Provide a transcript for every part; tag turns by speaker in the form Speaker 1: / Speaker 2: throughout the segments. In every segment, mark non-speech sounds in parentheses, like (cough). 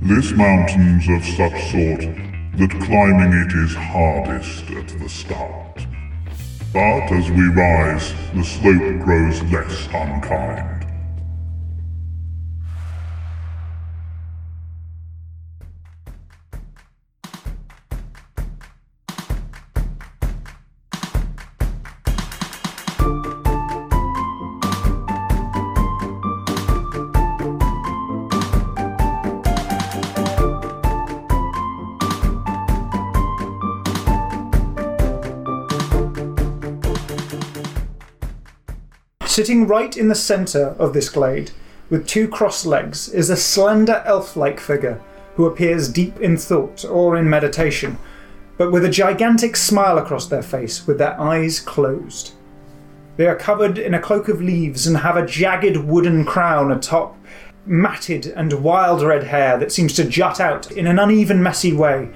Speaker 1: This mountain's of such sort that climbing it is hardest at the start. But as we rise, the slope grows less unkind.
Speaker 2: Sitting right in the centre of this glade, with two crossed legs, is a slender elf like figure who appears deep in thought or in meditation, but with a gigantic smile across their face, with their eyes closed. They are covered in a cloak of leaves and have a jagged wooden crown atop matted and wild red hair that seems to jut out in an uneven, messy way.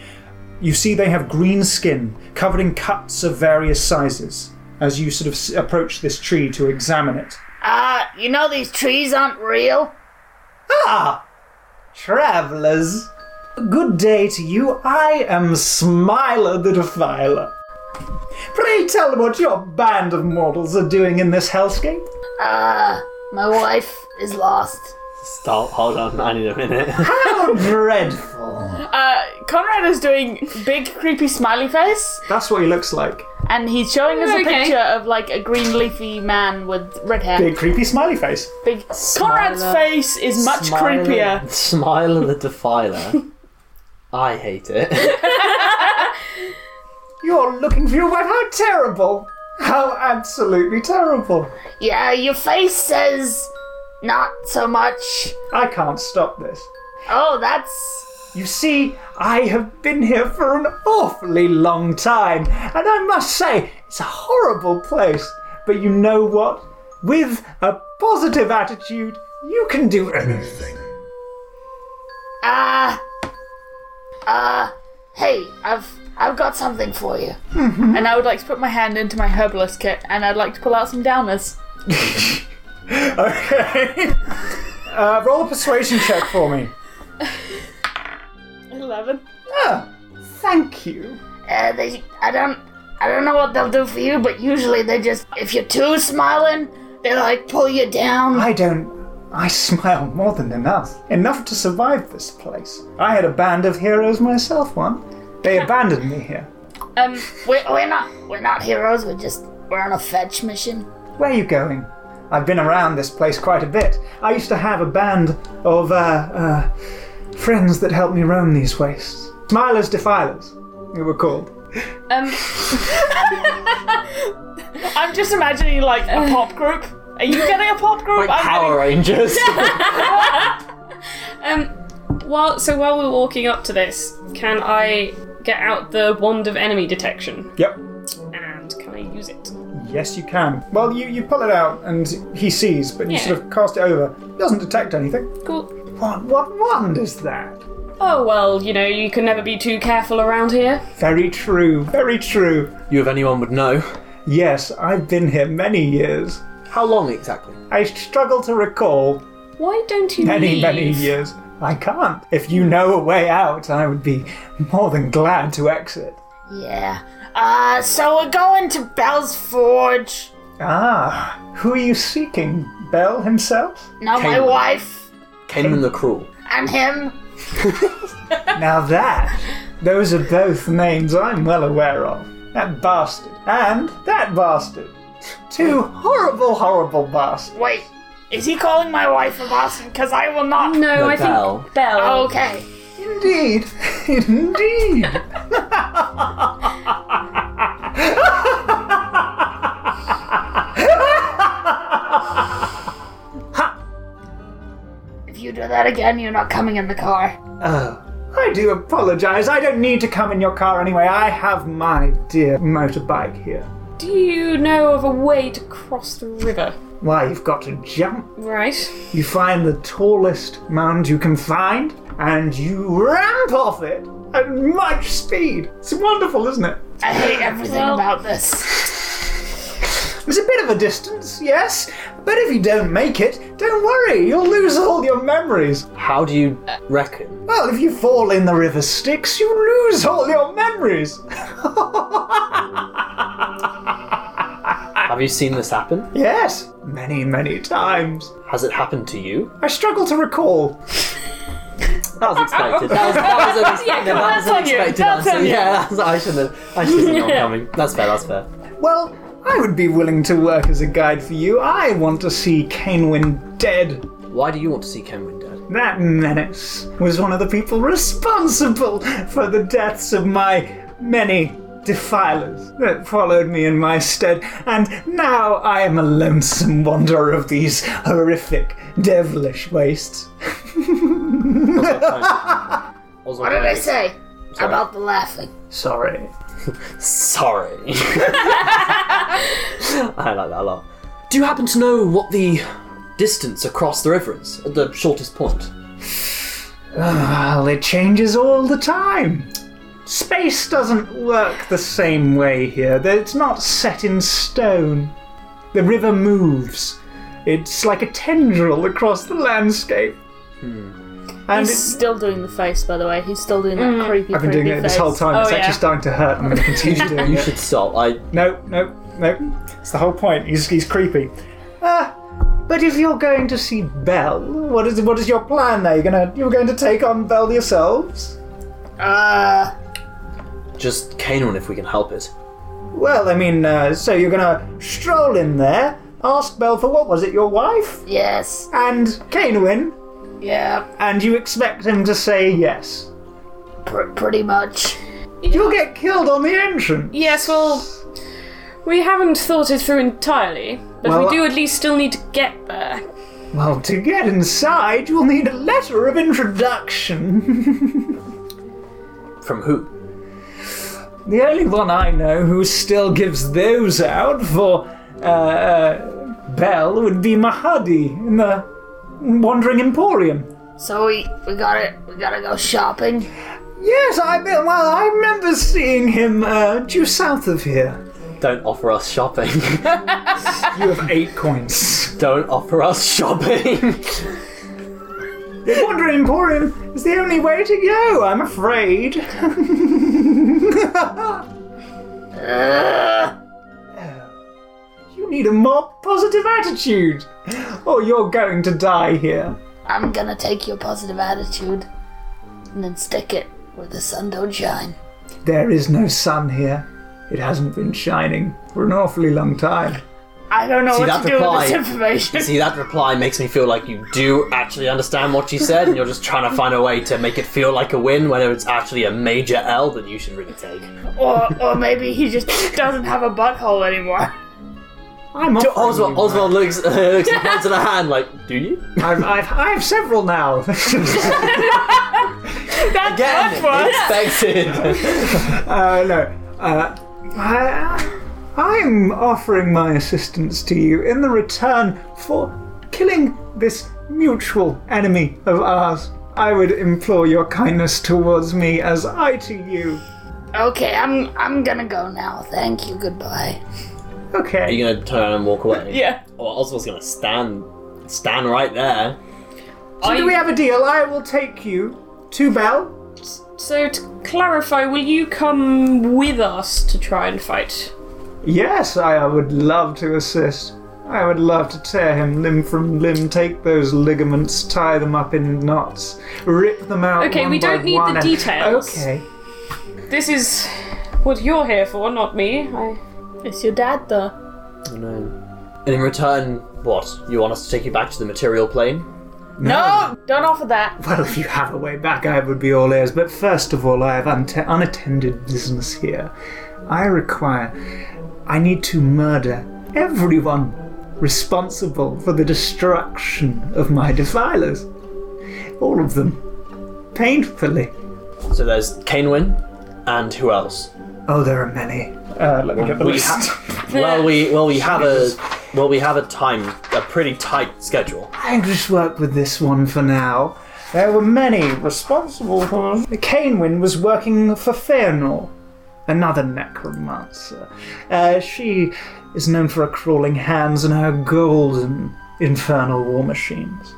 Speaker 2: You see, they have green skin covered in cuts of various sizes as you sort of s- approach this tree to examine it.
Speaker 3: Uh, you know these trees aren't real.
Speaker 2: Ah, travellers, good day to you. I am Smiler the Defiler. Pray tell what your band of mortals are doing in this hellscape.
Speaker 3: Uh, my wife is lost.
Speaker 4: Stop, hold on, I need a minute.
Speaker 2: How dreadful.
Speaker 5: Uh, Conrad is doing big creepy smiley face,
Speaker 2: That's what he looks like.
Speaker 5: and he's showing us a
Speaker 6: Okay.
Speaker 5: picture of like a green leafy man with red hair.
Speaker 2: Big creepy smiley face.
Speaker 5: Big- Conrad's
Speaker 4: Smiler.
Speaker 5: face is much
Speaker 4: Smiler-
Speaker 5: creepier.
Speaker 4: Smiler the Defiler. I hate
Speaker 6: (laughs)
Speaker 4: it.
Speaker 2: You're looking for your wife. How terrible. How absolutely terrible.
Speaker 3: Yeah, your face says not so much.
Speaker 2: I can't stop this.
Speaker 3: Oh, that's
Speaker 2: You see, I have been here for an awfully long time, and I must say, it's a horrible place. But you know what? With a positive attitude, you can do anything.
Speaker 3: uh uh hey, I've I've got something for you.
Speaker 5: And I would like to put my hand into my herbalist kit, and I'd like to pull out some downers.
Speaker 2: Okay. uh, roll a persuasion check for me.
Speaker 5: Eleven.
Speaker 2: Ah, thank you.
Speaker 3: Uh, they I don't I don't know what they'll do for you, but usually they just if you're too smiling, they like pull you down.
Speaker 2: I don't. I smile more than enough. Enough to survive this place. I had a band of heroes myself once. They abandoned me here.
Speaker 5: Um,
Speaker 3: We're, we're not we're not heroes. We're just we're on a fetch mission.
Speaker 2: Where are you going? I've been around this place quite a bit. I used to have a band of uh, uh, friends that helped me roam these wastes. Smilers Defilers, they were called.
Speaker 5: um, I'm just imagining like a pop group. Are you getting a pop group?
Speaker 4: Like
Speaker 5: I'm
Speaker 4: Power Rangers.
Speaker 6: Um, while so while we're walking up to this, can I get out the wand of enemy detection
Speaker 2: Yep.
Speaker 6: and can I use it?
Speaker 2: Yes, you can. Well, you, you pull it out and he sees, but you
Speaker 6: Yeah.
Speaker 2: sort of cast it over. He doesn't detect anything.
Speaker 6: Cool.
Speaker 2: What, what wand is that?
Speaker 6: Oh well, you know you can never be too careful around here.
Speaker 2: Very true, very true.
Speaker 4: (laughs) you, if anyone would know.
Speaker 2: Yes, I've been here many years.
Speaker 4: How long exactly?
Speaker 2: I struggle to recall
Speaker 6: Why don't you
Speaker 2: many,
Speaker 6: leave?
Speaker 2: many years. I can't. If you know a way out, I would be more than glad to exit.
Speaker 3: Yeah. Uh, so we're going to Bell's Forge.
Speaker 2: Ah, who are you seeking? Bell himself?
Speaker 3: No, my
Speaker 4: Caleb.
Speaker 3: wife
Speaker 4: Cayman the Cruel.
Speaker 3: and him.
Speaker 2: now that, those are both names I'm well aware of. That bastard and that bastard. Two horrible, horrible bastards.
Speaker 3: Wait, is he calling my wife a bastard? Because I will not.
Speaker 6: No, I
Speaker 4: Belle.
Speaker 6: think Bell.
Speaker 3: Okay.
Speaker 2: Indeed, (laughs) indeed.
Speaker 3: If you do that again, you're not coming in the car.
Speaker 2: Oh, I do apologize. I don't need to come in your car anyway. I have my dear motorbike here.
Speaker 6: Do you know of a way to cross the river?
Speaker 2: Why, you've got to jump
Speaker 6: Right.
Speaker 2: You find the tallest mound you can find, and you ramp off it at much speed. It's wonderful, isn't it?
Speaker 3: I hate everything
Speaker 6: Well-
Speaker 3: about this.
Speaker 2: It's a bit of a distance, yes, but if you don't make it, don't worry, you'll lose all your memories.
Speaker 4: How do you reckon?
Speaker 2: Well, if you fall in the river Styx, you lose all your memories.
Speaker 4: Have you seen this happen?
Speaker 2: yes, many, many times.
Speaker 4: Has it happened to you?
Speaker 2: I struggle to recall.
Speaker 4: That was expected. That was, (laughs) that was unexpected. that was
Speaker 6: on you.
Speaker 4: unexpected
Speaker 6: (laughs) That's
Speaker 4: answer.
Speaker 6: on you.
Speaker 4: Yeah, that's, I shouldn't have. I should have
Speaker 6: (laughs)
Speaker 4: known coming. That's fair. That's fair.
Speaker 2: Well, I would be willing to work as a guide for you. I want to see Canewin dead.
Speaker 4: Why do you want to see Kenwin dead?
Speaker 2: That menace was one of the people responsible for the deaths of my many defilers that followed me in my stead, and now I am a lonesome wanderer of these horrific, devilish wastes.
Speaker 4: Oswald
Speaker 3: What did I
Speaker 4: Harris.
Speaker 3: say about the laughing?
Speaker 2: Sorry.
Speaker 4: Sorry. (laughs) I like that a lot. Do you happen to know what the distance across the river is at the shortest point?
Speaker 2: Well, it changes all the time. Space doesn't work the same way here. That It's not set in stone. The river moves. It's like a tendril across the landscape. And
Speaker 5: He's
Speaker 2: it's,
Speaker 5: still doing the face, by the way. He's still doing
Speaker 3: Mm.
Speaker 5: that creepy,
Speaker 2: I've been doing
Speaker 5: creepy
Speaker 2: it this
Speaker 5: face.
Speaker 2: whole time.
Speaker 5: Oh,
Speaker 2: it's
Speaker 5: yeah.
Speaker 2: actually starting to hurt. I'm going to continue
Speaker 5: (laughs)
Speaker 2: doing
Speaker 4: You
Speaker 2: it.
Speaker 4: should stop. I
Speaker 2: No, no, no. It's the whole point. He's, he's creepy. Ah, but if you're going to see Belle, what is what is your plan there? You're gonna you're going to take on Belle yourselves?
Speaker 3: Uh,
Speaker 4: just Canaan if we can help it.
Speaker 2: Well, I mean, uh, so you're gonna stroll in there, ask Belle for what was it, your wife?
Speaker 3: yes.
Speaker 2: And Canewin,
Speaker 3: Yeah,
Speaker 2: and you expect him to say yes.
Speaker 3: pr- pretty much.
Speaker 2: You'll get killed on the entrance.
Speaker 6: Yes, well, we haven't thought it through entirely, but
Speaker 2: Well,
Speaker 6: we do at least still need to get there.
Speaker 2: Well, to get inside, you'll need a letter of introduction.
Speaker 4: From who?
Speaker 2: the only one I know who still gives those out for uh, uh, Belle would be Mahadi in the Wandering Emporium.
Speaker 3: So we we gotta we gotta go shopping.
Speaker 2: Yes, I well, I remember seeing him uh, due south of here.
Speaker 4: Don't offer us (laughs) shopping.
Speaker 2: You have eight coins.
Speaker 4: Don't offer us shopping.
Speaker 2: The Wandering Emporium is the only way to go, I'm afraid. (laughs) you need a more positive attitude, or you're going to die here.
Speaker 3: I'm gonna take your positive attitude and then stick it where the sun don't shine.
Speaker 2: There is no sun here. It hasn't been shining for an awfully long time.
Speaker 5: I don't know
Speaker 4: See
Speaker 5: what
Speaker 4: that
Speaker 5: to do with this
Speaker 4: reply?
Speaker 5: information.
Speaker 4: See that reply makes me feel like you do actually understand what she said, and you're just trying to find a way to make it feel like a win, whether it's actually a major L that you should really take.
Speaker 5: or, or maybe he just (laughs) doesn't have a butthole anymore.
Speaker 2: I'm
Speaker 4: Do-
Speaker 2: offering
Speaker 4: (laughs) Oswald,
Speaker 2: you
Speaker 4: Oswald looks, (laughs) uh, looks at the hands of the hand like, do you?
Speaker 2: mine. I've, I've, I have several now.
Speaker 4: (laughs) Again,
Speaker 6: (laughs)
Speaker 4: expected.
Speaker 2: Uh, no. Uh, I, I'm offering my assistance to you in the return for killing this mutual enemy of ours. I would implore your kindness towards me as I to you.
Speaker 3: Okay, I'm I'm gonna go now. Thank you. Goodbye.
Speaker 4: (laughs) Are
Speaker 2: Okay.
Speaker 4: you gonna turn and walk away?
Speaker 5: Yeah.
Speaker 4: Or Oswald's gonna stand, stand right there.
Speaker 2: So do we have a deal? I will take you to Bell.
Speaker 6: So, to clarify, will you come with us to try and fight?
Speaker 2: Yes, I would love to assist. I would love to tear him limb from limb, take those ligaments, tie them up in knots, rip them out.
Speaker 6: Okay,
Speaker 2: one
Speaker 6: we
Speaker 2: by
Speaker 6: don't need
Speaker 2: one
Speaker 6: the
Speaker 2: and-
Speaker 6: details.
Speaker 2: Okay.
Speaker 6: This is what you're here for, not me. I...
Speaker 5: It's your dad, though.
Speaker 4: And in return, what? You want us to take you back to the material plane?
Speaker 5: No! Don't offer that.
Speaker 2: Well, if you have a way back, I would be all ears. But first of all, I have unt- unattended business here. I require. I need to murder everyone responsible for the destruction of my defilers. All of them. Painfully.
Speaker 4: So there's Canewin, and who else?
Speaker 2: Oh, there are many. Uh, let me get the
Speaker 4: We ha- well, we well we have a well we have a time a pretty tight schedule.
Speaker 2: (laughs) I just work with this one for now. There were many responsible for. Canewin was working for Feanor, another necromancer. Uh, she is known for her crawling hands and her golden infernal war machines.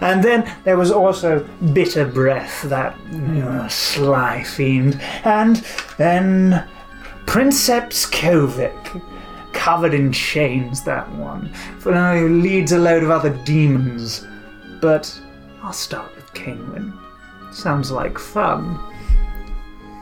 Speaker 2: And then there was also Bitter Breath, that uh, sly fiend, and then Princeps Kovic, covered in chains, that one, for now he leads a load of other demons. But I'll start with Kingwin. Sounds like fun.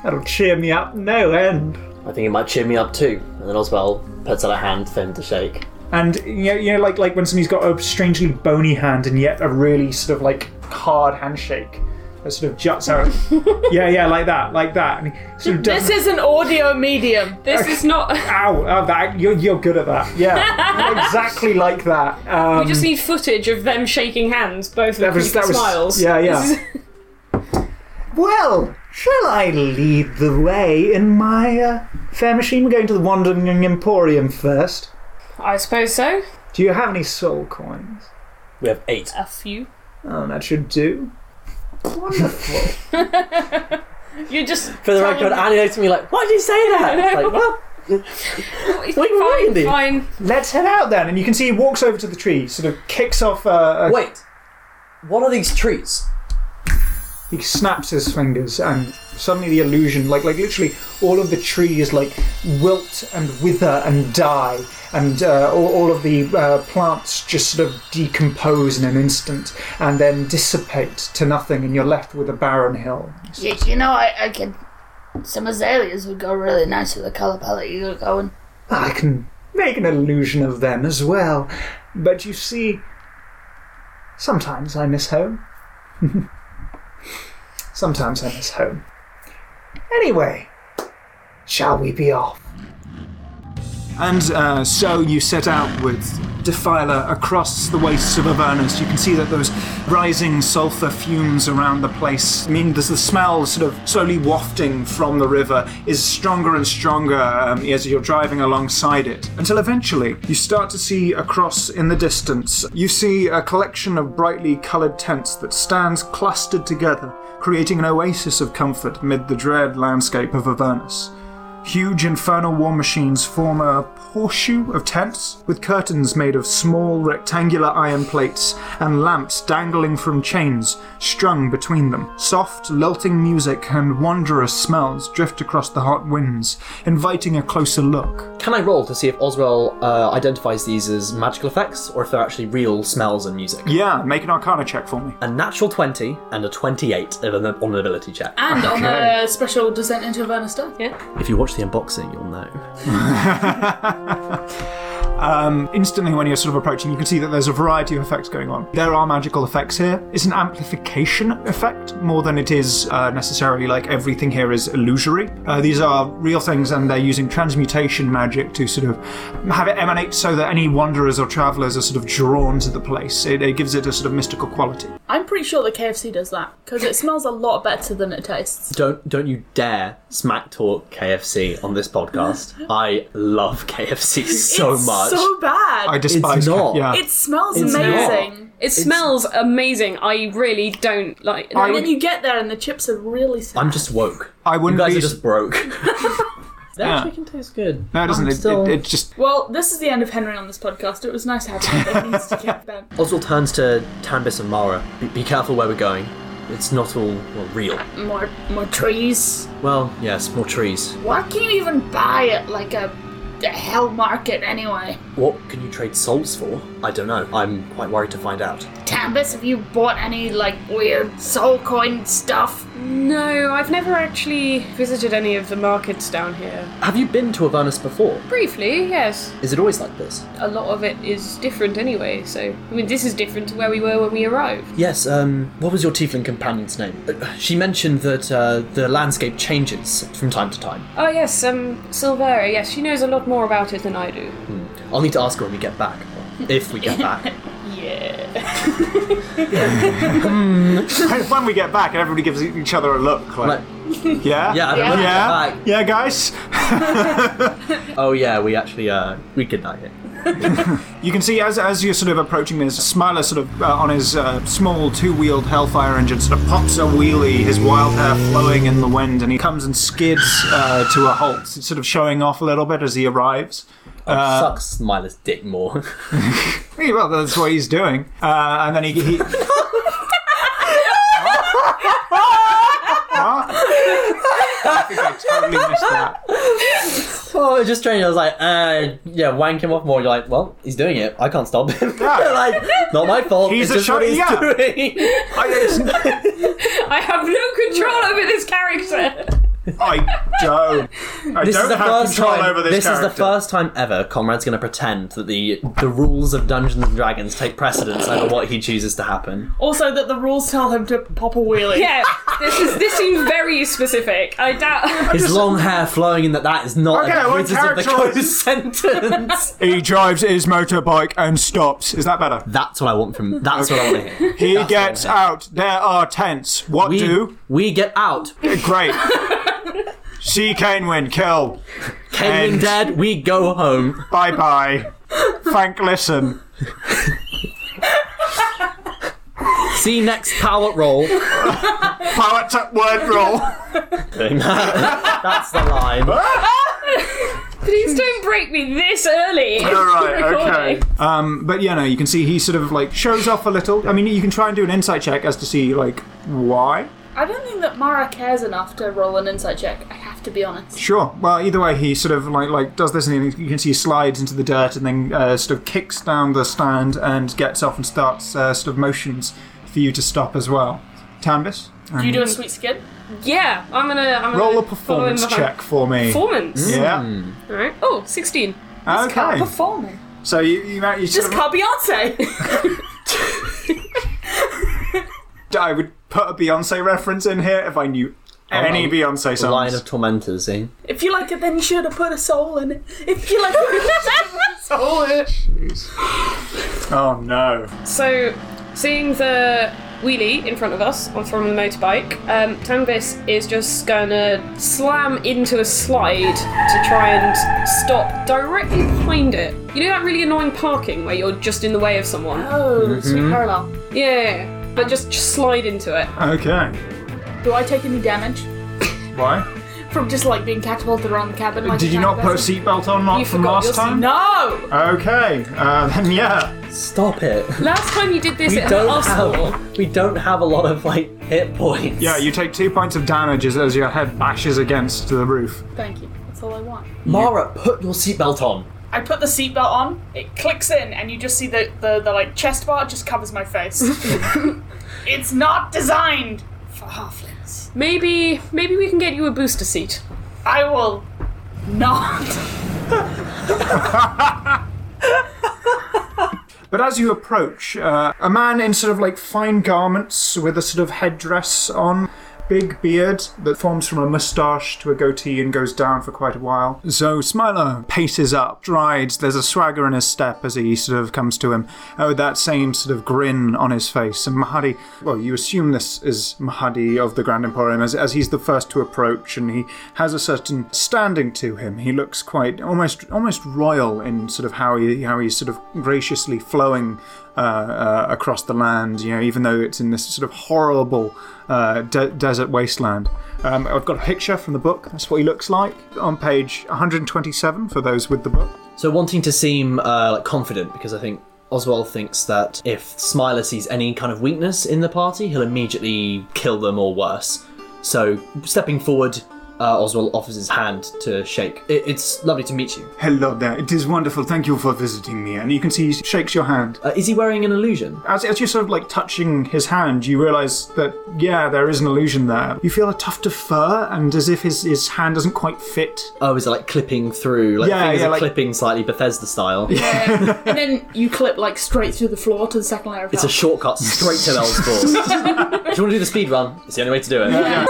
Speaker 2: That'll cheer me up no end.
Speaker 4: I think it might cheer me up too. And then Oswald puts out a hand for him to shake.
Speaker 2: And you know, you know like like when somebody's got a strangely bony hand and yet a really sort of like hard handshake that sort of juts
Speaker 5: (laughs)
Speaker 2: out. yeah, yeah, like that, like that. And he sort of does
Speaker 5: This is an audio medium.
Speaker 6: This is not.
Speaker 2: ow, ow, Oh, that you're you're good at that.
Speaker 5: (laughs)
Speaker 2: Yeah, exactly like that. Um,
Speaker 6: We just need footage of them shaking hands, both
Speaker 2: That
Speaker 6: with
Speaker 2: was-
Speaker 6: creepy
Speaker 2: that was-
Speaker 6: smiles.
Speaker 2: yeah, yeah.
Speaker 6: This is-
Speaker 2: (laughs) Well, shall I lead the way in my uh, fair machine? We're going to the Wandering Emporium first.
Speaker 6: I suppose so.
Speaker 2: Do you have any soul coins?
Speaker 4: We have eight.
Speaker 5: A few.
Speaker 2: Oh, that should do. Wonderful.
Speaker 5: You're just
Speaker 4: For the record, Annie looks at me like, why did you say that? It's Like, well,
Speaker 6: fine,
Speaker 4: really?
Speaker 6: fine.
Speaker 2: Let's head out then. And you can see he walks over to the tree, sort of kicks off. Uh, a,
Speaker 4: wait. What are these trees?
Speaker 2: He snaps his fingers, and suddenly the illusion, like like literally, all of the trees like wilt and wither and die, and uh, all, all of the uh, plants just sort of decompose in an instant, and then dissipate to nothing, and you're left with a barren hill.
Speaker 3: You, you know, I, I could. Some azaleas would go really nice with the color palette you got going.
Speaker 2: I can make an illusion of them as well, but you see, sometimes I miss home. (laughs) sometimes I miss home. Anyway, shall we be off? And uh, so you set out with Defiler across the wastes of Avernus. You can see that those rising sulfur fumes around the place. I mean, there's the smell sort of slowly wafting from the river is stronger and stronger um, as you're driving alongside it. Until eventually, you start to see across in the distance, you see a collection of brightly coloured tents that stands clustered together, creating an oasis of comfort amid the dread landscape of Avernus. Huge infernal war machines form a horseshoe of tents, with curtains made of small rectangular iron plates and lamps dangling from chains strung between them. Soft, lilting music and wondrous smells drift across the hot winds, inviting a closer look.
Speaker 4: Can I roll to see if Oswell uh, identifies these as magical effects or if they're actually real smells and music?
Speaker 2: Yeah, make an arcana check for me.
Speaker 4: A natural 20 and a 28 of an, on an ability check.
Speaker 2: Ah.
Speaker 5: and on a special descent into Avernus stuff. Yeah.
Speaker 4: If you watch the unboxing, you'll know.
Speaker 2: Um, instantly when you're sort of approaching you can see that there's a variety of effects going on there are magical effects here it's an amplification effect more than it is uh, necessarily like everything here is illusory uh, these are real things and they're using transmutation magic to sort of have it emanate so that any wanderers or travelers are sort of drawn to the place it, it gives it a sort of mystical quality
Speaker 5: I'm pretty sure the KFC does that because it smells a lot better than it tastes.
Speaker 4: Don't don't you dare smack talk KFC on this podcast.
Speaker 2: (laughs)
Speaker 4: I love KFC so
Speaker 5: It's
Speaker 4: much.
Speaker 5: So bad.
Speaker 2: i despise
Speaker 4: not.
Speaker 2: yeah
Speaker 5: It smells
Speaker 4: It's
Speaker 5: amazing.
Speaker 6: It smells amazing. I really don't like.
Speaker 5: And then you get there and the chips are really sad.
Speaker 4: I'm just woke.
Speaker 2: i
Speaker 4: You
Speaker 2: wouldn't
Speaker 4: guys
Speaker 2: be
Speaker 4: are just
Speaker 2: (laughs)
Speaker 4: broke. that
Speaker 2: Yeah.
Speaker 4: chicken tastes good.
Speaker 2: no, it doesn't.
Speaker 4: I'm
Speaker 2: It,
Speaker 4: still-
Speaker 2: it, it just.
Speaker 5: Well, this is the end of Henry on this podcast. It was nice having him. He needs to get back.
Speaker 4: Oswald turns to Tambis and Mara. Be, be careful where we're going. It's not all well, real.
Speaker 5: More, more trees.
Speaker 4: Well, yes, more trees.
Speaker 3: Why can't you even buy it like a, a hell market anyway?
Speaker 4: What can you trade souls for? I don't know. I'm quite worried to find out.
Speaker 3: Tambis, have you bought any like weird soul coin stuff?
Speaker 6: No, I've never actually visited any of the markets down here.
Speaker 4: Have you been to Avernus before?
Speaker 6: Briefly, yes.
Speaker 4: Is it always like this?
Speaker 6: A lot of it is different anyway, so. I mean, this is different to where we were when we arrived.
Speaker 4: Yes, um, what was your tiefling companion's name? Uh, She mentioned that uh, the landscape changes from time to time.
Speaker 6: Oh, yes, um, Silvera, yes, she knows a lot more about it than I do. (laughs)
Speaker 4: I'll need to ask her when we get back. If we get back.
Speaker 2: (laughs) when we get back, everybody gives each other a look.
Speaker 4: Like,
Speaker 2: Like, yeah,
Speaker 4: yeah, when we get
Speaker 2: yeah,
Speaker 4: back.
Speaker 2: yeah, guys.
Speaker 4: Oh yeah, we actually uh we could die here.
Speaker 2: You can see as, as you're sort of approaching this, Smiler sort of uh, on his uh, small two wheeled Hellfire engine sort of pops a wheelie, his wild hair flowing in the wind, and he comes and skids uh, to a halt, sort of showing off a little bit as he arrives.
Speaker 4: Sucks Smiler's dick more. (laughs)
Speaker 2: Hey, Well, that's what he's doing. Uh, and then he. he... What? I think I totally missed that.
Speaker 4: oh, it was just strange. I was like, uh, yeah, wank him off more. You're like, well, he's doing it. I can't stop him. (laughs) like, not my fault.
Speaker 2: He's a
Speaker 4: it's just what
Speaker 2: shot-
Speaker 4: he's
Speaker 2: yeah. (laughs)
Speaker 4: doing.
Speaker 2: I, it's-
Speaker 6: I have no control over this character. (laughs)
Speaker 2: I don't. I
Speaker 4: This
Speaker 2: don't
Speaker 4: is the
Speaker 2: have
Speaker 4: first
Speaker 2: control
Speaker 4: time.
Speaker 2: over this,
Speaker 4: is the
Speaker 2: character.
Speaker 4: first time ever Conrad's going to pretend that the the rules of Dungeons and Dragons take precedence over what he chooses to happen.
Speaker 5: Also, that the rules tell him to pop a wheelie.
Speaker 6: Yeah, this is this seems very specific. I doubt. (laughs)
Speaker 4: His long hair flowing, and that that is not
Speaker 2: Okay, I
Speaker 4: a
Speaker 2: want
Speaker 4: criticism of the
Speaker 2: characterise-
Speaker 4: code (laughs) sentence.
Speaker 2: He drives his motorbike and stops. Is that better?
Speaker 4: (laughs) that's what I want from. That's what I want to hear.
Speaker 2: He
Speaker 4: That's what I
Speaker 2: gets
Speaker 4: want
Speaker 2: out. There are tents. What
Speaker 4: to hear.
Speaker 2: do?
Speaker 4: We, we get out.
Speaker 2: Great. See Kenwin, kill.
Speaker 4: Penguin
Speaker 2: And-
Speaker 4: dead. We go home.
Speaker 2: Bye bye. Frank, listen.
Speaker 4: See you next power roll.
Speaker 2: Power up word roll.
Speaker 4: that's the line.
Speaker 6: Please don't break me this early.
Speaker 2: (laughs) All right,
Speaker 6: Recording.
Speaker 2: okay. Um, but yeah, no, you can see he sort of like shows off a little. I mean, you can try and do an insight check as to see like why.
Speaker 5: I don't think that Mara cares enough to roll an insight check. I have to be honest.
Speaker 2: Sure. Well, either way, he sort of like like does this, and you can see he slides into the dirt, and then uh, sort of kicks down the stand and gets off and starts uh, sort of motions for you to stop as well. Tanvis,
Speaker 5: You doing sweet skin?
Speaker 6: Yeah, I'm gonna. I'm
Speaker 2: roll
Speaker 6: gonna
Speaker 2: a performance
Speaker 6: follow him behind.
Speaker 2: check for me. Hmm?
Speaker 6: Performance.
Speaker 5: Hmm.
Speaker 2: Yeah.
Speaker 6: All right. Oh, 16.
Speaker 2: Okay.
Speaker 5: Performing.
Speaker 2: So you you, you sort
Speaker 6: Just
Speaker 2: of-
Speaker 6: call Beyonce.
Speaker 5: (laughs)
Speaker 2: I would put a Beyonce reference in here if I knew any
Speaker 4: um,
Speaker 2: Beyonce
Speaker 4: The line
Speaker 2: songs.
Speaker 4: of tormentors. eh? See.
Speaker 5: If you like it, then you should have put a soul in it. If you like it, soul in it.
Speaker 2: Oh no.
Speaker 6: So, seeing the wheelie in front of us on from the motorbike, um, Tanvis is just gonna slam into a slide to try and stop directly behind it. You know that really annoying parking where you're just in the way of someone?
Speaker 5: Oh,
Speaker 2: Mm-hmm.
Speaker 5: sweet parallel.
Speaker 6: Yeah, but just, just slide into it.
Speaker 2: Okay.
Speaker 5: Do I take any damage
Speaker 2: Why?
Speaker 5: from just like being catapulted around the cabin? Like
Speaker 2: Did
Speaker 5: a
Speaker 2: you not
Speaker 5: tiny
Speaker 2: put a
Speaker 5: person?
Speaker 2: seatbelt on not
Speaker 6: You
Speaker 2: from
Speaker 6: forgot
Speaker 2: last
Speaker 6: your
Speaker 2: time?
Speaker 5: No.
Speaker 2: Okay. Uh, (laughs) then yeah.
Speaker 4: Stop it.
Speaker 6: Last time you did this
Speaker 4: We
Speaker 6: at
Speaker 4: don't
Speaker 6: us
Speaker 4: have. We don't have a lot of like hit points.
Speaker 2: Yeah, you take two points of damage as, as your head bashes against the roof.
Speaker 5: Thank you. That's all I want.
Speaker 4: Mara, put your seatbelt on.
Speaker 7: I put the seatbelt on, it clicks in, and you just see the, the, the like chest bar just covers my
Speaker 3: (laughs)
Speaker 7: face. it's not designed for halflings.
Speaker 6: Maybe, maybe we can get you a booster seat.
Speaker 7: I will
Speaker 3: (laughs)
Speaker 7: not.
Speaker 2: But as you approach, uh, a man in sort of like fine garments with a sort of headdress on, big beard that forms from a moustache to a goatee and goes down for quite a while. So Smiler paces up, strides, there's a swagger in his step as he sort of comes to him, uh, with that same sort of grin on his face. And Mahadi, well, you assume this is Mahadi of the Grand Emporium as, as he's the first to approach and he has a certain standing to him. He looks quite almost almost royal in sort of how he how he's sort of graciously flowing uh, uh, across the land. You know, even though it's in this sort of horrible uh, de- desert wasteland. Um, I've got a picture from the book. That's what he looks like on page 127 for those with the book.
Speaker 4: So wanting to seem uh, like confident because I think Oswald thinks that if Smiler sees any kind of weakness in the party, he'll immediately kill them or worse. So stepping forward, uh, Oswald offers his hand to shake. It- it's lovely to meet you.
Speaker 2: Hello there. It is wonderful. Thank you for visiting me. And you can see he shakes your hand.
Speaker 4: Uh, is he wearing an illusion?
Speaker 2: As, as you're sort of like touching his hand, you realise that, yeah, there is an illusion there. You feel a tuft of fur, and as if his, his hand doesn't quite fit.
Speaker 4: Oh, is it like clipping through? Like
Speaker 2: Yeah,
Speaker 4: things
Speaker 2: yeah,
Speaker 4: are
Speaker 2: like-
Speaker 4: clipping slightly Bethesda style.
Speaker 5: And then you clip like straight through the floor to the second layer of
Speaker 4: It's a shortcut straight to
Speaker 2: (laughs)
Speaker 4: Elsport. do you want to do the speed run? It's the only way to do it.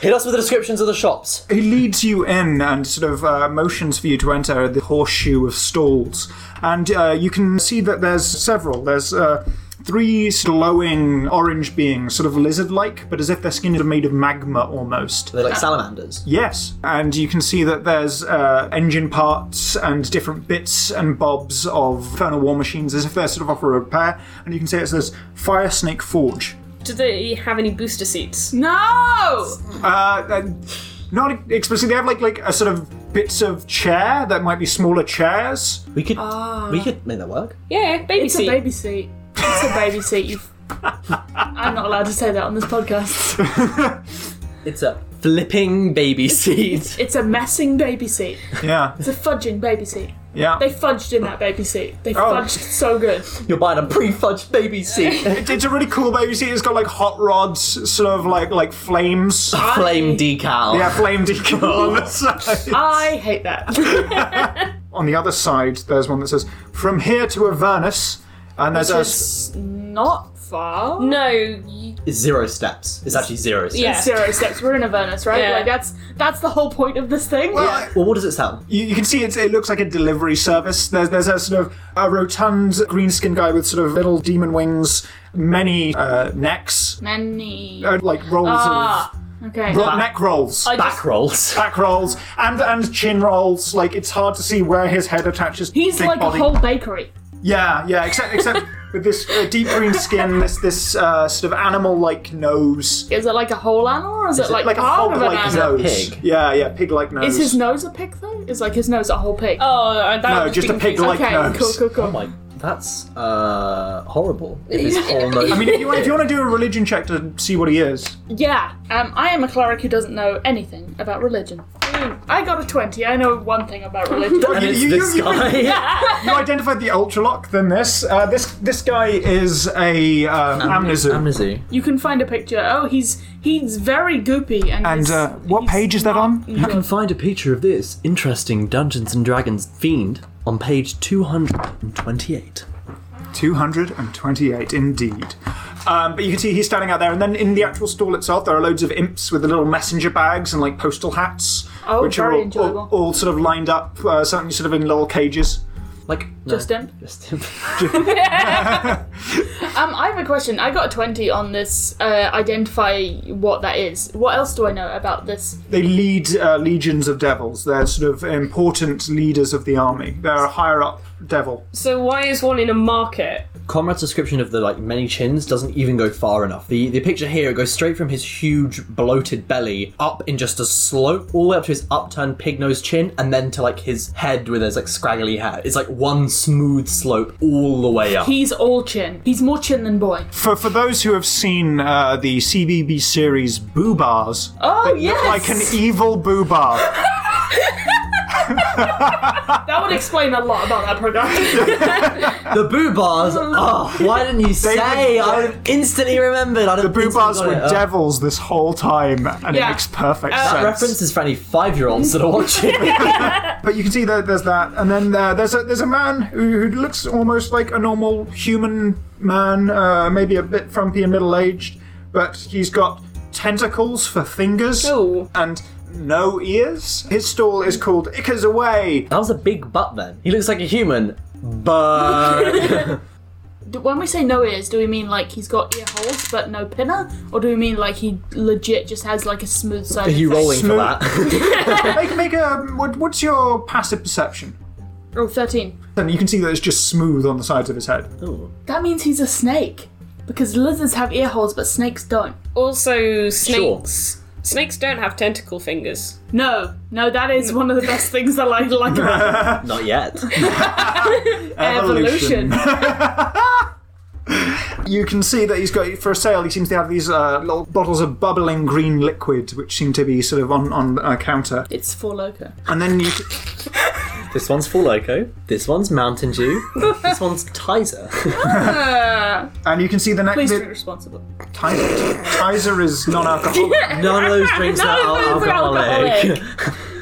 Speaker 4: Hit us with the descriptions of the shops.
Speaker 2: He leads you in and sort of uh, motions for you to enter the horseshoe of stalls. And uh, you can see that there's several. There's. Uh, three glowing orange beings, sort of lizard like, but as if their skin is made of magma almost.
Speaker 4: They're like salamanders.
Speaker 2: Yes, and you can see that there's uh, engine parts and different bits and bobs of Infernal War machines as if they're sort of off for repair. And you can see it says Fire Snake Forge.
Speaker 6: Do they have any booster seats?
Speaker 5: No!
Speaker 2: Uh, and not explicitly, they have like like a sort of bits of chair that might be smaller chairs.
Speaker 4: We could
Speaker 2: Ah.
Speaker 4: we could make that work.
Speaker 6: Yeah, baby
Speaker 5: It's
Speaker 6: seat.
Speaker 5: a baby seat. It's a baby seat. You.
Speaker 2: (laughs)
Speaker 5: I'm not allowed to say that on this podcast.
Speaker 4: It's a flipping baby seat.
Speaker 5: It's a messing baby seat.
Speaker 2: Yeah,
Speaker 5: It's a fudging baby seat.
Speaker 2: yeah.
Speaker 5: They fudged in that baby seat. They
Speaker 2: Oh.
Speaker 5: fudged
Speaker 2: (laughs)
Speaker 5: so good.
Speaker 4: You're buying a pre-fudged baby seat.
Speaker 2: It- It's a really cool baby seat. It's got like hot rods, sort of like like (laughs) flames.
Speaker 4: Flame decal.
Speaker 2: Yeah, flame decal on (laughs) the side.
Speaker 5: I hate that.
Speaker 2: On the other side, there's one that says "From here to Avernus," and there's a s-
Speaker 5: It's not far.
Speaker 6: no, you,
Speaker 4: It's zero steps. It's actually zero steps.
Speaker 6: yeah.
Speaker 5: Zero steps. We're in Avernus, right?
Speaker 6: Yeah.
Speaker 5: Like that's that's the whole point of this thing.
Speaker 4: Well, what does it sound?
Speaker 2: you, you can see it's, it looks like a delivery service. There's, there's a sort of a rotund green skinned guy with sort of little demon wings, many uh, necks,
Speaker 5: Many.
Speaker 2: uh, like rolls
Speaker 5: Ah, okay.
Speaker 2: of ro- neck rolls.
Speaker 4: Back rolls.
Speaker 2: back rolls and and chin rolls. Like it's hard to see where his head attaches. to
Speaker 5: He's
Speaker 2: big
Speaker 5: like
Speaker 2: body.
Speaker 5: a whole bakery.
Speaker 2: Yeah, yeah. Except
Speaker 5: (laughs)
Speaker 2: except with this uh, deep green skin, this this uh, sort of animal-like nose,
Speaker 5: Is it like a whole animal or is, it like,
Speaker 2: like a
Speaker 5: part of an
Speaker 2: hog-like
Speaker 5: animal?
Speaker 2: nose.
Speaker 4: Pig.
Speaker 2: Yeah, yeah, pig-like nose.
Speaker 5: Is his nose a pig though? Is like his nose a whole pig?
Speaker 6: Oh, that
Speaker 2: no,
Speaker 6: was
Speaker 2: just a
Speaker 6: being confusing.
Speaker 2: pig-like
Speaker 5: okay,
Speaker 2: nose.
Speaker 5: cool, cool,
Speaker 4: (laughs)
Speaker 5: cool.
Speaker 4: Oh my, that's uh horrible. If it's
Speaker 2: (laughs)
Speaker 4: almost. (laughs)
Speaker 2: I mean, if you, want- if you want to do a religion check to see what he is,
Speaker 5: Yeah.
Speaker 7: Um, I am a cleric who doesn't know anything about religion.
Speaker 5: I got a 20. I know one thing
Speaker 2: (laughs)
Speaker 5: about religion.
Speaker 4: and
Speaker 2: you-
Speaker 4: it's
Speaker 2: you-
Speaker 4: this
Speaker 2: you- (laughs)
Speaker 4: guy.
Speaker 2: you identified the ultralock. Then this, uh, this this guy is a um, amnizu.
Speaker 4: Amnesie.
Speaker 5: you can find a picture. Oh, he's he's very goopy and
Speaker 2: And
Speaker 5: he's-
Speaker 2: uh, what
Speaker 5: he's
Speaker 2: page is that
Speaker 5: not
Speaker 2: on?
Speaker 5: evil.
Speaker 4: find a picture of this interesting Dungeons and Dragons fiend on page 228.
Speaker 2: Two hundred and twenty-eight, indeed. Um, but you can see he's standing out there, and then in the actual stall itself, there are loads of imps with the little messenger bags and like postal hats,
Speaker 5: Oh,
Speaker 2: which
Speaker 5: very
Speaker 2: are all, all,
Speaker 5: enjoyable.
Speaker 2: all sort of lined up, uh, certainly sort of in little cages.
Speaker 4: Like no,
Speaker 5: Just him?
Speaker 4: Just him. (laughs)
Speaker 5: Um, I have a question. I got a 20 on this uh, identify what that is. What else do I know about this?
Speaker 2: They lead uh, legions of devils. They're sort of important leaders of the army. They're a higher up devil.
Speaker 6: So why is one in a market?
Speaker 4: Comrade's description of the like many chins doesn't even go far enough. The the picture here it goes straight from his huge bloated belly up in just a slope all the way up to his upturned pig nose chin and then to like his head with his like scraggly hair. It's like one smooth slope all the way up.
Speaker 5: He's all chin. He's more chin than boy.
Speaker 2: For for those who have seen uh, the CBB series Boo Bars,
Speaker 5: Oh,
Speaker 2: they look
Speaker 5: yes!
Speaker 2: like an evil Boo
Speaker 5: (laughs)
Speaker 2: Bar.
Speaker 5: That would explain a lot about that product. (laughs)
Speaker 4: the boo bars. Oh, why didn't you say? I would have instantly remembered. I'd have
Speaker 2: The Boo
Speaker 4: instantly
Speaker 2: Bars
Speaker 4: got
Speaker 2: were
Speaker 4: it. Oh.
Speaker 2: devils this whole time, and it
Speaker 5: Yeah. Uh,
Speaker 2: makes perfect
Speaker 4: That
Speaker 2: sense.
Speaker 4: reference is for any five-year-olds that are
Speaker 5: (laughs)
Speaker 4: watching.
Speaker 2: But you can see that there's that, and then uh, there's a there's a man who, who looks almost like a normal human man, uh, maybe a bit frumpy and middle aged, but he's got tentacles for fingers
Speaker 6: Ooh.
Speaker 2: and no ears. His stall is called Ickers Away.
Speaker 4: That was a big butt then. He looks like a human, but
Speaker 5: Do- when we say no ears, do we mean like he's got ear holes but no pinner? Or do we mean like he legit just has like a smooth side?
Speaker 4: are you rolling for
Speaker 2: Smooth.
Speaker 4: that?
Speaker 2: make make a what, what's your passive perception?
Speaker 5: Oh, 13.
Speaker 2: And you can see that it's just smooth on the sides of his head.
Speaker 5: That means he's a snake. Because lizards have ear holes but snakes don't.
Speaker 6: Also, snakes. Snakes don't have tentacle fingers.
Speaker 5: No, no, that is one of the best things that I like
Speaker 4: (laughs)
Speaker 5: about
Speaker 4: Not yet.
Speaker 5: evolution.
Speaker 2: You can see that he's got for a sale. He seems to have these uh, little bottles of bubbling green liquid, which seem to be sort of on on a counter.
Speaker 5: It's for loco.
Speaker 2: And then you
Speaker 4: This one's Full Loco. This one's Mountain Dew. This one's Tizer.
Speaker 2: and you can see the next
Speaker 5: Please
Speaker 2: bit.
Speaker 5: drink responsibly.
Speaker 2: Tizer Tizer is
Speaker 5: (laughs)
Speaker 2: non-alcoholic.
Speaker 4: None of those drinks are
Speaker 5: None of those are
Speaker 4: alcoholic.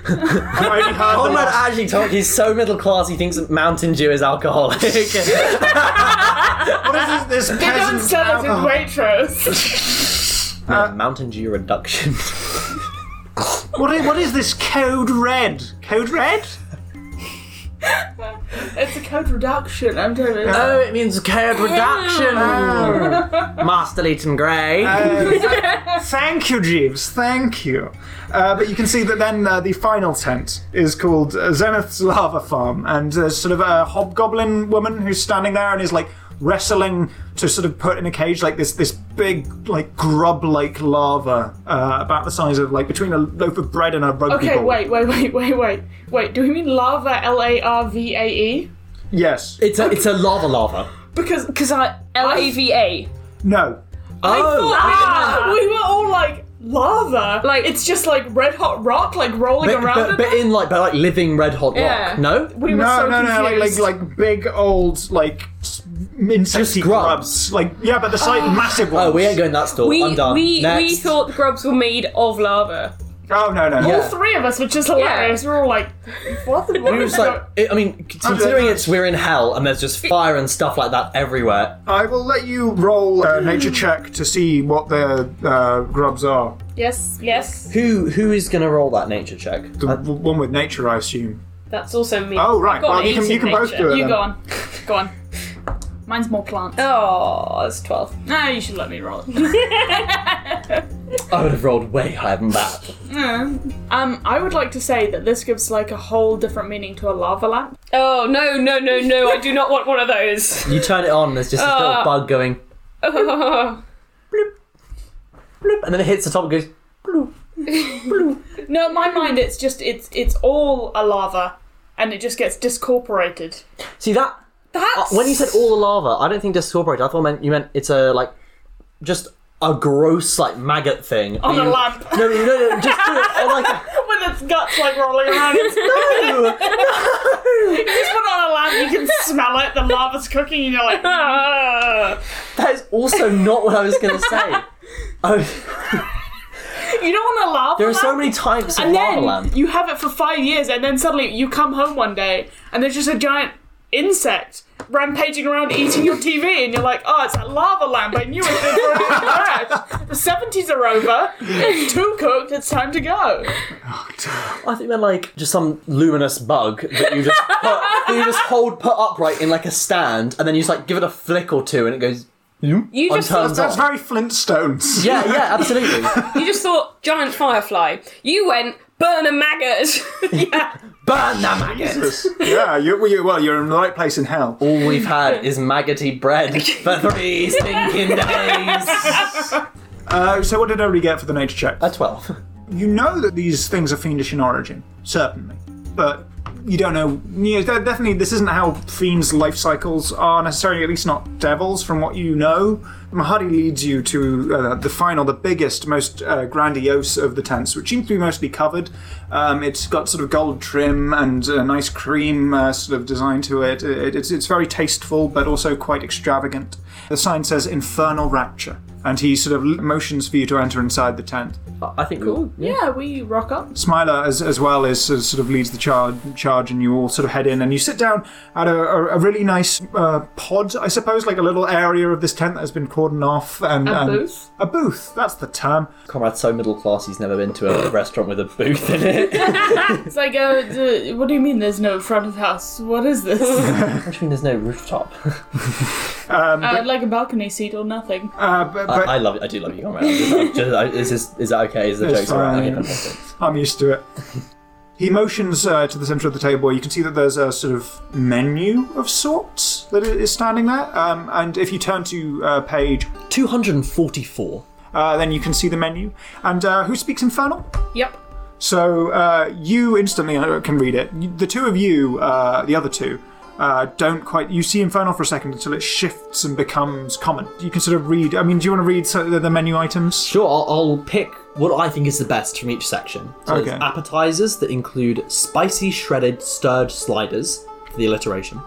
Speaker 2: I've only heard the
Speaker 4: Conrad
Speaker 2: last-
Speaker 4: actually talk. He's so middle class. He thinks that Mountain Dew is
Speaker 5: (laughs)
Speaker 4: alcoholic. Uh,
Speaker 2: Oh What is this, this
Speaker 5: Don't
Speaker 2: peasant's
Speaker 5: sell it in
Speaker 2: alcohol?
Speaker 5: Waitrose.
Speaker 4: No, Mountain Dew reduction.
Speaker 2: What is, what is this code red? Code red?
Speaker 5: it's a code reduction. I'm telling you.
Speaker 4: Oh, it means code reduction. Master Leighton Grey.
Speaker 5: Uh,
Speaker 2: Thank you, Jeeves. Thank you. Uh, but you can see that then uh, the final tent is called uh, Zenith's Lava Farm, and there's sort of a hobgoblin woman who's standing there and is like wrestling to sort of put in a cage like this this big like grub-like lava uh, about the size of like between a loaf of bread and a rugby
Speaker 5: Okay,
Speaker 2: ball.
Speaker 5: wait, wait, wait, wait, wait. Wait, do we mean lava, L A R V A E?
Speaker 2: Yes.
Speaker 4: It's a it's a lava lava.
Speaker 5: Because because I.
Speaker 6: L A
Speaker 7: E?
Speaker 6: V A.
Speaker 2: No.
Speaker 4: Oh,
Speaker 5: Ah, we were all like, lava?
Speaker 6: Like-
Speaker 5: it's just like red hot rock, like rolling
Speaker 4: but,
Speaker 5: around.
Speaker 4: but,
Speaker 5: in
Speaker 4: but
Speaker 5: it?
Speaker 4: in like but like living red hot
Speaker 6: Yeah.
Speaker 4: rock. No,
Speaker 5: we were
Speaker 2: No,
Speaker 5: so
Speaker 2: no, no, like, like
Speaker 5: confused.
Speaker 2: like big old like s- insecty
Speaker 4: Just grubs.
Speaker 2: grubs. Like yeah, but the site massive ones.
Speaker 4: oh, we ain't going that store.
Speaker 6: We
Speaker 4: I'm done.
Speaker 6: we
Speaker 4: Next.
Speaker 6: we thought grubs were made of lava.
Speaker 2: Oh no, no.
Speaker 4: Yeah.
Speaker 2: no.
Speaker 7: All three of us, which is hilarious. We're all like, what
Speaker 2: (laughs)
Speaker 7: the
Speaker 4: It
Speaker 7: what
Speaker 4: was
Speaker 7: is
Speaker 4: (laughs)
Speaker 5: (laughs)
Speaker 4: like, it, I mean, considering it's we're in hell and there's just fire and stuff like that everywhere.
Speaker 2: I will let you roll a nature check to see what the uh, grubs are.
Speaker 6: Yes, yes.
Speaker 4: Who who is gonna roll that nature check?
Speaker 2: The w- one with nature, I assume.
Speaker 6: That's also me.
Speaker 2: Oh right,
Speaker 6: I've got
Speaker 2: well
Speaker 6: an
Speaker 2: you can
Speaker 6: eight
Speaker 2: you
Speaker 6: in
Speaker 2: can both
Speaker 6: nature.
Speaker 2: do it.
Speaker 7: You
Speaker 2: then.
Speaker 7: go
Speaker 4: (laughs)
Speaker 7: on. Go on. Mine's more plants.
Speaker 5: Uh,
Speaker 6: Oh, that's twelve.
Speaker 7: No, you should let me roll.
Speaker 5: (laughs)
Speaker 4: I would have rolled way higher than that.
Speaker 7: Um, I would like to say that this gives like a whole different meaning to a lava lamp.
Speaker 6: Oh no no no no! I do not want one of those.
Speaker 4: You turn it on, and there's just this little
Speaker 6: Ah.
Speaker 4: bug (laughs) going,
Speaker 6: no,
Speaker 4: bloop, and then it hits the top and goes.
Speaker 7: No, in
Speaker 4: Hmm.
Speaker 7: my mind, it's just it's it's all a lava, and it just gets discorporated.
Speaker 4: See that? That's... Uh, when you said all the lava, I don't think discorporate. I thought meant you meant it's a like, just a gross like maggot thing
Speaker 7: On
Speaker 4: you...
Speaker 7: a lamp. (laughs)
Speaker 4: No, no, no, no, just do it on like a
Speaker 7: with its guts like rolling around. It's
Speaker 4: no.
Speaker 7: you just put it on a lamp, you can smell it, the lava's cooking, and you're
Speaker 4: (laughs)
Speaker 7: like, "Ah."
Speaker 4: That is also not what I was gonna say. Oh,
Speaker 7: you don't want a lava
Speaker 4: there are so
Speaker 7: lamp?
Speaker 4: many types of
Speaker 7: and
Speaker 4: lava
Speaker 7: then
Speaker 4: lamp.
Speaker 7: you have it for five years, and then suddenly you come home one day, and there's just a giant insect rampaging around eating your TV, and you're like, oh, it's that lava lamp. I knew it. They were already trash. (laughs) The 70s are over. It's too cooked. It's time to go.
Speaker 4: I think they're like just some luminous bug that you just put, that you just hold put upright in like a stand, and then you just like give it a flick or two, and it goes. You
Speaker 6: just-
Speaker 4: turns
Speaker 2: That's
Speaker 4: off.
Speaker 2: very Flintstones.
Speaker 4: Yeah, yeah, absolutely.
Speaker 6: you just thought giant firefly. You went burn a maggot. (laughs) yeah.
Speaker 4: (laughs) Burn that maggot.
Speaker 2: Jesus. (laughs) yeah, you, you, well, you're in the right place in hell.
Speaker 4: All we've had is maggoty bread for (laughs) three stinking (laughs) days.
Speaker 2: Uh, so, what did everybody get for the nature check?
Speaker 4: A twelve.
Speaker 2: You know that these things are fiendish in origin, certainly, but you don't know. You know, de- definitely, this isn't how fiends' life cycles are necessarily. At least not devils, from what you know. Mahadi leads you to uh, the final, the biggest, most uh, grandiose of the tents, which seems to be mostly covered. Um, it's got sort of gold trim and a nice cream uh, sort of design to it. it it's, it's very tasteful, but also quite extravagant. The sign says "Infernal Rapture," and he sort of motions for you to enter inside the tent.
Speaker 4: I think cool.
Speaker 7: Yeah, we rock up.
Speaker 2: Smiler, as, as well, is, is sort of leads the charge, charge, and you all sort of head in and you sit down at a, a, a really nice uh, pod, I suppose, like a little area of this tent that has been cordoned off. And,
Speaker 3: Um,
Speaker 2: a
Speaker 5: booth?
Speaker 2: A booth, that's the term.
Speaker 4: Comrade's so middle class he's never been to a restaurant with a booth in it.
Speaker 5: It's like, uh, d- what do you mean there's no front of house? What
Speaker 3: (laughs)
Speaker 5: is this? uh,
Speaker 4: Which means there's no rooftop.
Speaker 5: like a balcony seat or nothing.
Speaker 2: Uh, but but
Speaker 4: I love it. I do love you, Comrade. I'm just- I'm just- I- Is this is that okay? Is the
Speaker 2: It's
Speaker 4: jokes alright?
Speaker 2: fine.
Speaker 4: Okay, fantastic.
Speaker 2: I'm used to it. He motions uh, to the centre of the table. You can see that there's a sort of menu of sorts that i- is standing there. Um, and if you turn to uh, page,
Speaker 4: 244.
Speaker 2: uh, then you can see the menu. And uh, who speaks Infernal?
Speaker 6: Yep.
Speaker 2: So uh, you instantly uh, can read it. You- The two of you, uh, the other two, uh, don't quite. You see Infernal for a second until it shifts and becomes common. You can sort of read. I mean, do you want to read so- the, the menu items?
Speaker 4: Sure, I'll, I'll pick what I think is the best from each section. So there's
Speaker 2: Okay.
Speaker 4: appetizers that include spicy shredded stirred sliders, for the alliteration.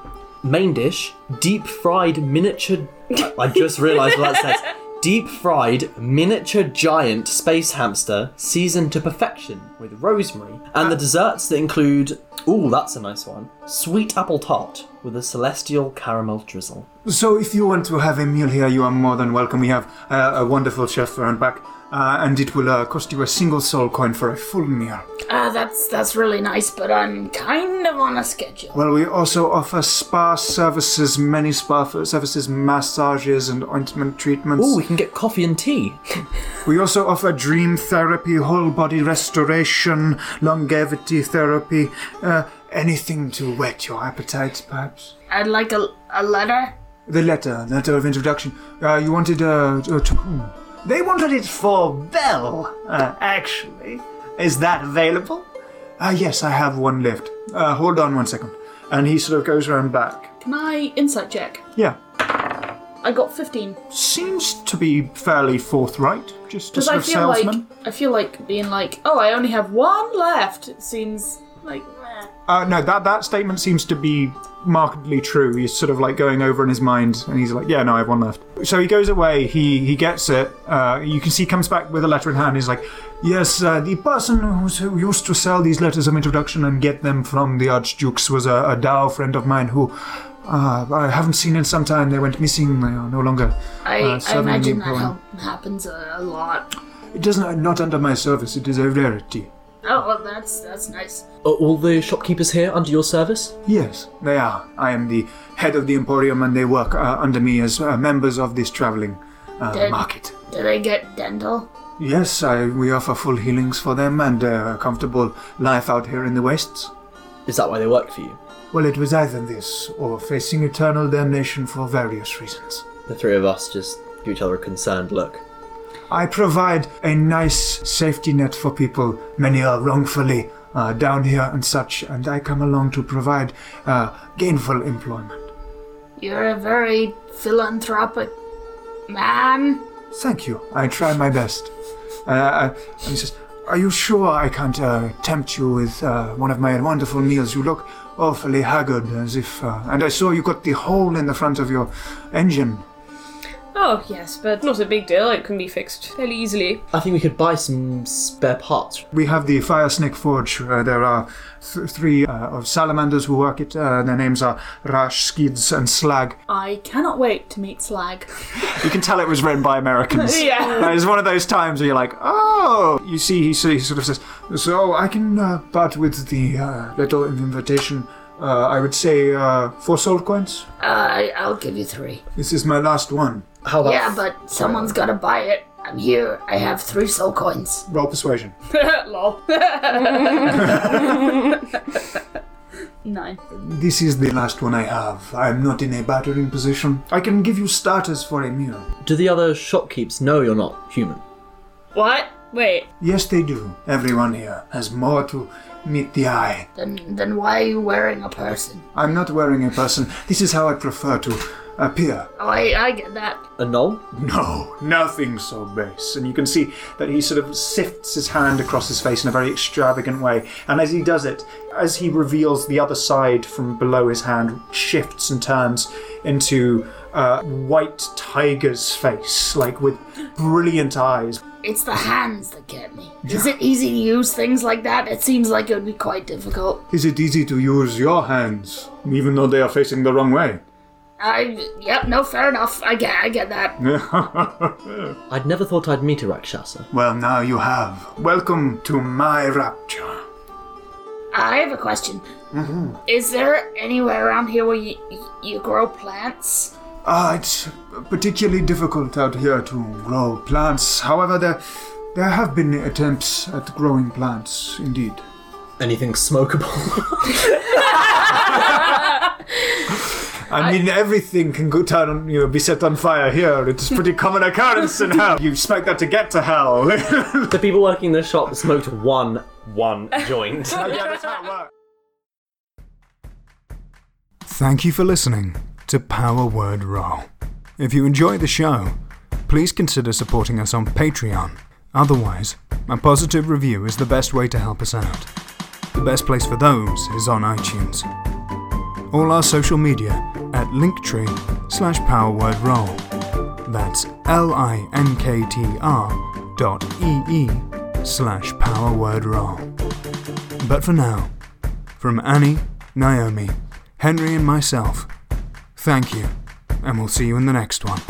Speaker 4: Main dish, deep fried miniature. I- I just realised what that (laughs) says. Deep fried miniature giant space hamster seasoned to perfection with rosemary. And the desserts that include, ooh, that's a nice one, sweet apple tart with a celestial caramel drizzle.
Speaker 2: So, if you want to have a meal here, you are more than welcome. We have uh, a wonderful chef around back, uh, and it will uh, cost you a single soul coin for a full meal.
Speaker 3: Uh, that's that's really nice, but I'm kind of on a schedule.
Speaker 2: Well, we also offer spa services, many spa f- services, massages, and ointment treatments.
Speaker 4: Ooh, we can get coffee and tea.
Speaker 2: We also offer dream therapy, whole body restoration, longevity therapy, uh, anything to whet your appetite, perhaps.
Speaker 3: I'd like a, a letter.
Speaker 2: The letter, letter of introduction. Uh, you wanted uh, to to whom? They wanted it for Bell, uh, actually. Is that available? Ah, yes, I have one left. Uh, hold on one second. And he sort of goes around back.
Speaker 5: Can I insight check?
Speaker 2: Yeah,
Speaker 5: I got 15.
Speaker 2: seems to be fairly forthright, just a
Speaker 5: Because
Speaker 2: sort
Speaker 5: I
Speaker 2: of
Speaker 5: feel
Speaker 2: salesman.
Speaker 5: like I feel like being like, oh, I only have one left. Seems like meh.
Speaker 2: Uh, no, that that statement seems to be markedly true. He's sort of like going over in his mind, and he's like, "Yeah, no, I have one left." So he goes away. He he gets it. Uh, you can see he comes back with a letter in hand. He's like, "Yes, uh, the person who's, who used to sell these letters of introduction and get them from the archdukes was a, a Dao friend of mine who." Uh, I haven't seen in some time. They went missing. They are no longer.
Speaker 3: I,
Speaker 2: Uh,
Speaker 3: I
Speaker 2: seven
Speaker 3: imagine
Speaker 2: and
Speaker 3: that
Speaker 2: one.
Speaker 3: hel- happens a, a lot.
Speaker 2: It doesn't. Not under my service. It is a rarity.
Speaker 3: Oh, well, that's that's nice.
Speaker 4: Are all the shopkeepers here under your service?
Speaker 2: Yes, they are. I am the head of the Emporium and they work uh, under me as uh, members of this traveling uh,
Speaker 3: Good.
Speaker 2: market.
Speaker 3: Did I get dental?
Speaker 2: Yes, I, we offer full healings for them and uh, a comfortable life out here in the wastes.
Speaker 4: Is that why they work for you?
Speaker 2: Well, it was either this or facing eternal damnation for various reasons.
Speaker 4: The three of us just give each other a concerned look.
Speaker 2: I provide a nice safety net for people, many are wrongfully uh, down here and such, and I come along to provide uh, gainful employment.
Speaker 3: You're a very philanthropic man.
Speaker 2: Thank you. I try my best. Uh, I, and he says, Are you sure I can't uh, tempt you with uh, one of my wonderful meals? You look awfully haggard, as if. Uh, and I saw you got the hole in the front of your engine.
Speaker 6: Oh, yes, but not a big deal. It can be fixed fairly easily.
Speaker 4: I think we could buy some spare parts.
Speaker 2: We have the Fire Snake Forge. Uh, there are th- three uh, of salamanders who work it. Uh, their names are Rash, Skids, and Slag.
Speaker 5: I cannot wait to meet
Speaker 3: (laughs)
Speaker 5: Slag.
Speaker 2: You can tell it was written by Americans.
Speaker 5: (laughs) Yeah.
Speaker 2: It's one of those times where you're like, oh. You see, he, so- he sort of says, so I can uh, part with the uh, little invitation. Uh, I would say uh, four soul coins.
Speaker 3: Uh, I- I'll give you three.
Speaker 2: This is my last one.
Speaker 4: How about
Speaker 3: Yeah, but someone's gotta buy it. I'm here. I have three soul coins.
Speaker 2: Roll persuasion.
Speaker 5: (laughs) Lol. Nine.
Speaker 2: This is the last one I have. I'm not in a battering position. I can give you starters for a meal.
Speaker 4: do the other shopkeepers know you're not human?
Speaker 5: What? Wait.
Speaker 2: Yes, they do. Everyone here has more to meet the eye.
Speaker 3: Then Mm, then why are you wearing a person?
Speaker 2: I'm not wearing a person. This is how I prefer to appear.
Speaker 3: Oh, I, I get that.
Speaker 4: A null?
Speaker 2: No, nothing so base. And you can see that he sort of sifts his hand across his face in a very extravagant way. And as he does it, as he reveals the other side from below his hand, shifts and turns into uh, white tiger's face, like with brilliant eyes.
Speaker 3: It's the hands that get me. Is it easy to use things like that? It seems like it would be quite difficult.
Speaker 2: Is it easy to use your hands, even though they are facing the wrong way? (laughs)
Speaker 3: I yep, no, fair enough. I get I get that.
Speaker 4: I'd never thought I'd meet a Rakshasa.
Speaker 2: well, now you have. Welcome to my rapture.
Speaker 3: I have a question.
Speaker 2: Mm-hmm.
Speaker 3: Is there anywhere around here where you you grow plants?
Speaker 2: Ah, it's particularly difficult out here to grow plants. However, there, there have been attempts at growing plants, indeed.
Speaker 4: Anything smokable?
Speaker 2: I, mean, everything can go down, on, you know, be set on fire here. It's pretty common occurrence in hell. You expect that to get to hell. (laughs) yeah,
Speaker 4: (laughs) the people working in the shop smoked one (laughs) one joint.
Speaker 2: that's how it works. Thank you for listening to Power Word Roll. If you enjoy the show, please consider supporting us on Patreon. Otherwise, a positive review is the best way to help us out. The best place for those is on iTunes. All our social media at linktree slash powerword roll. That's L-I-N-K-T-R dot E-E slash powerword roll. But for now, from Annie, Naomi, Henry and myself, thank you, and we'll see you in the next one.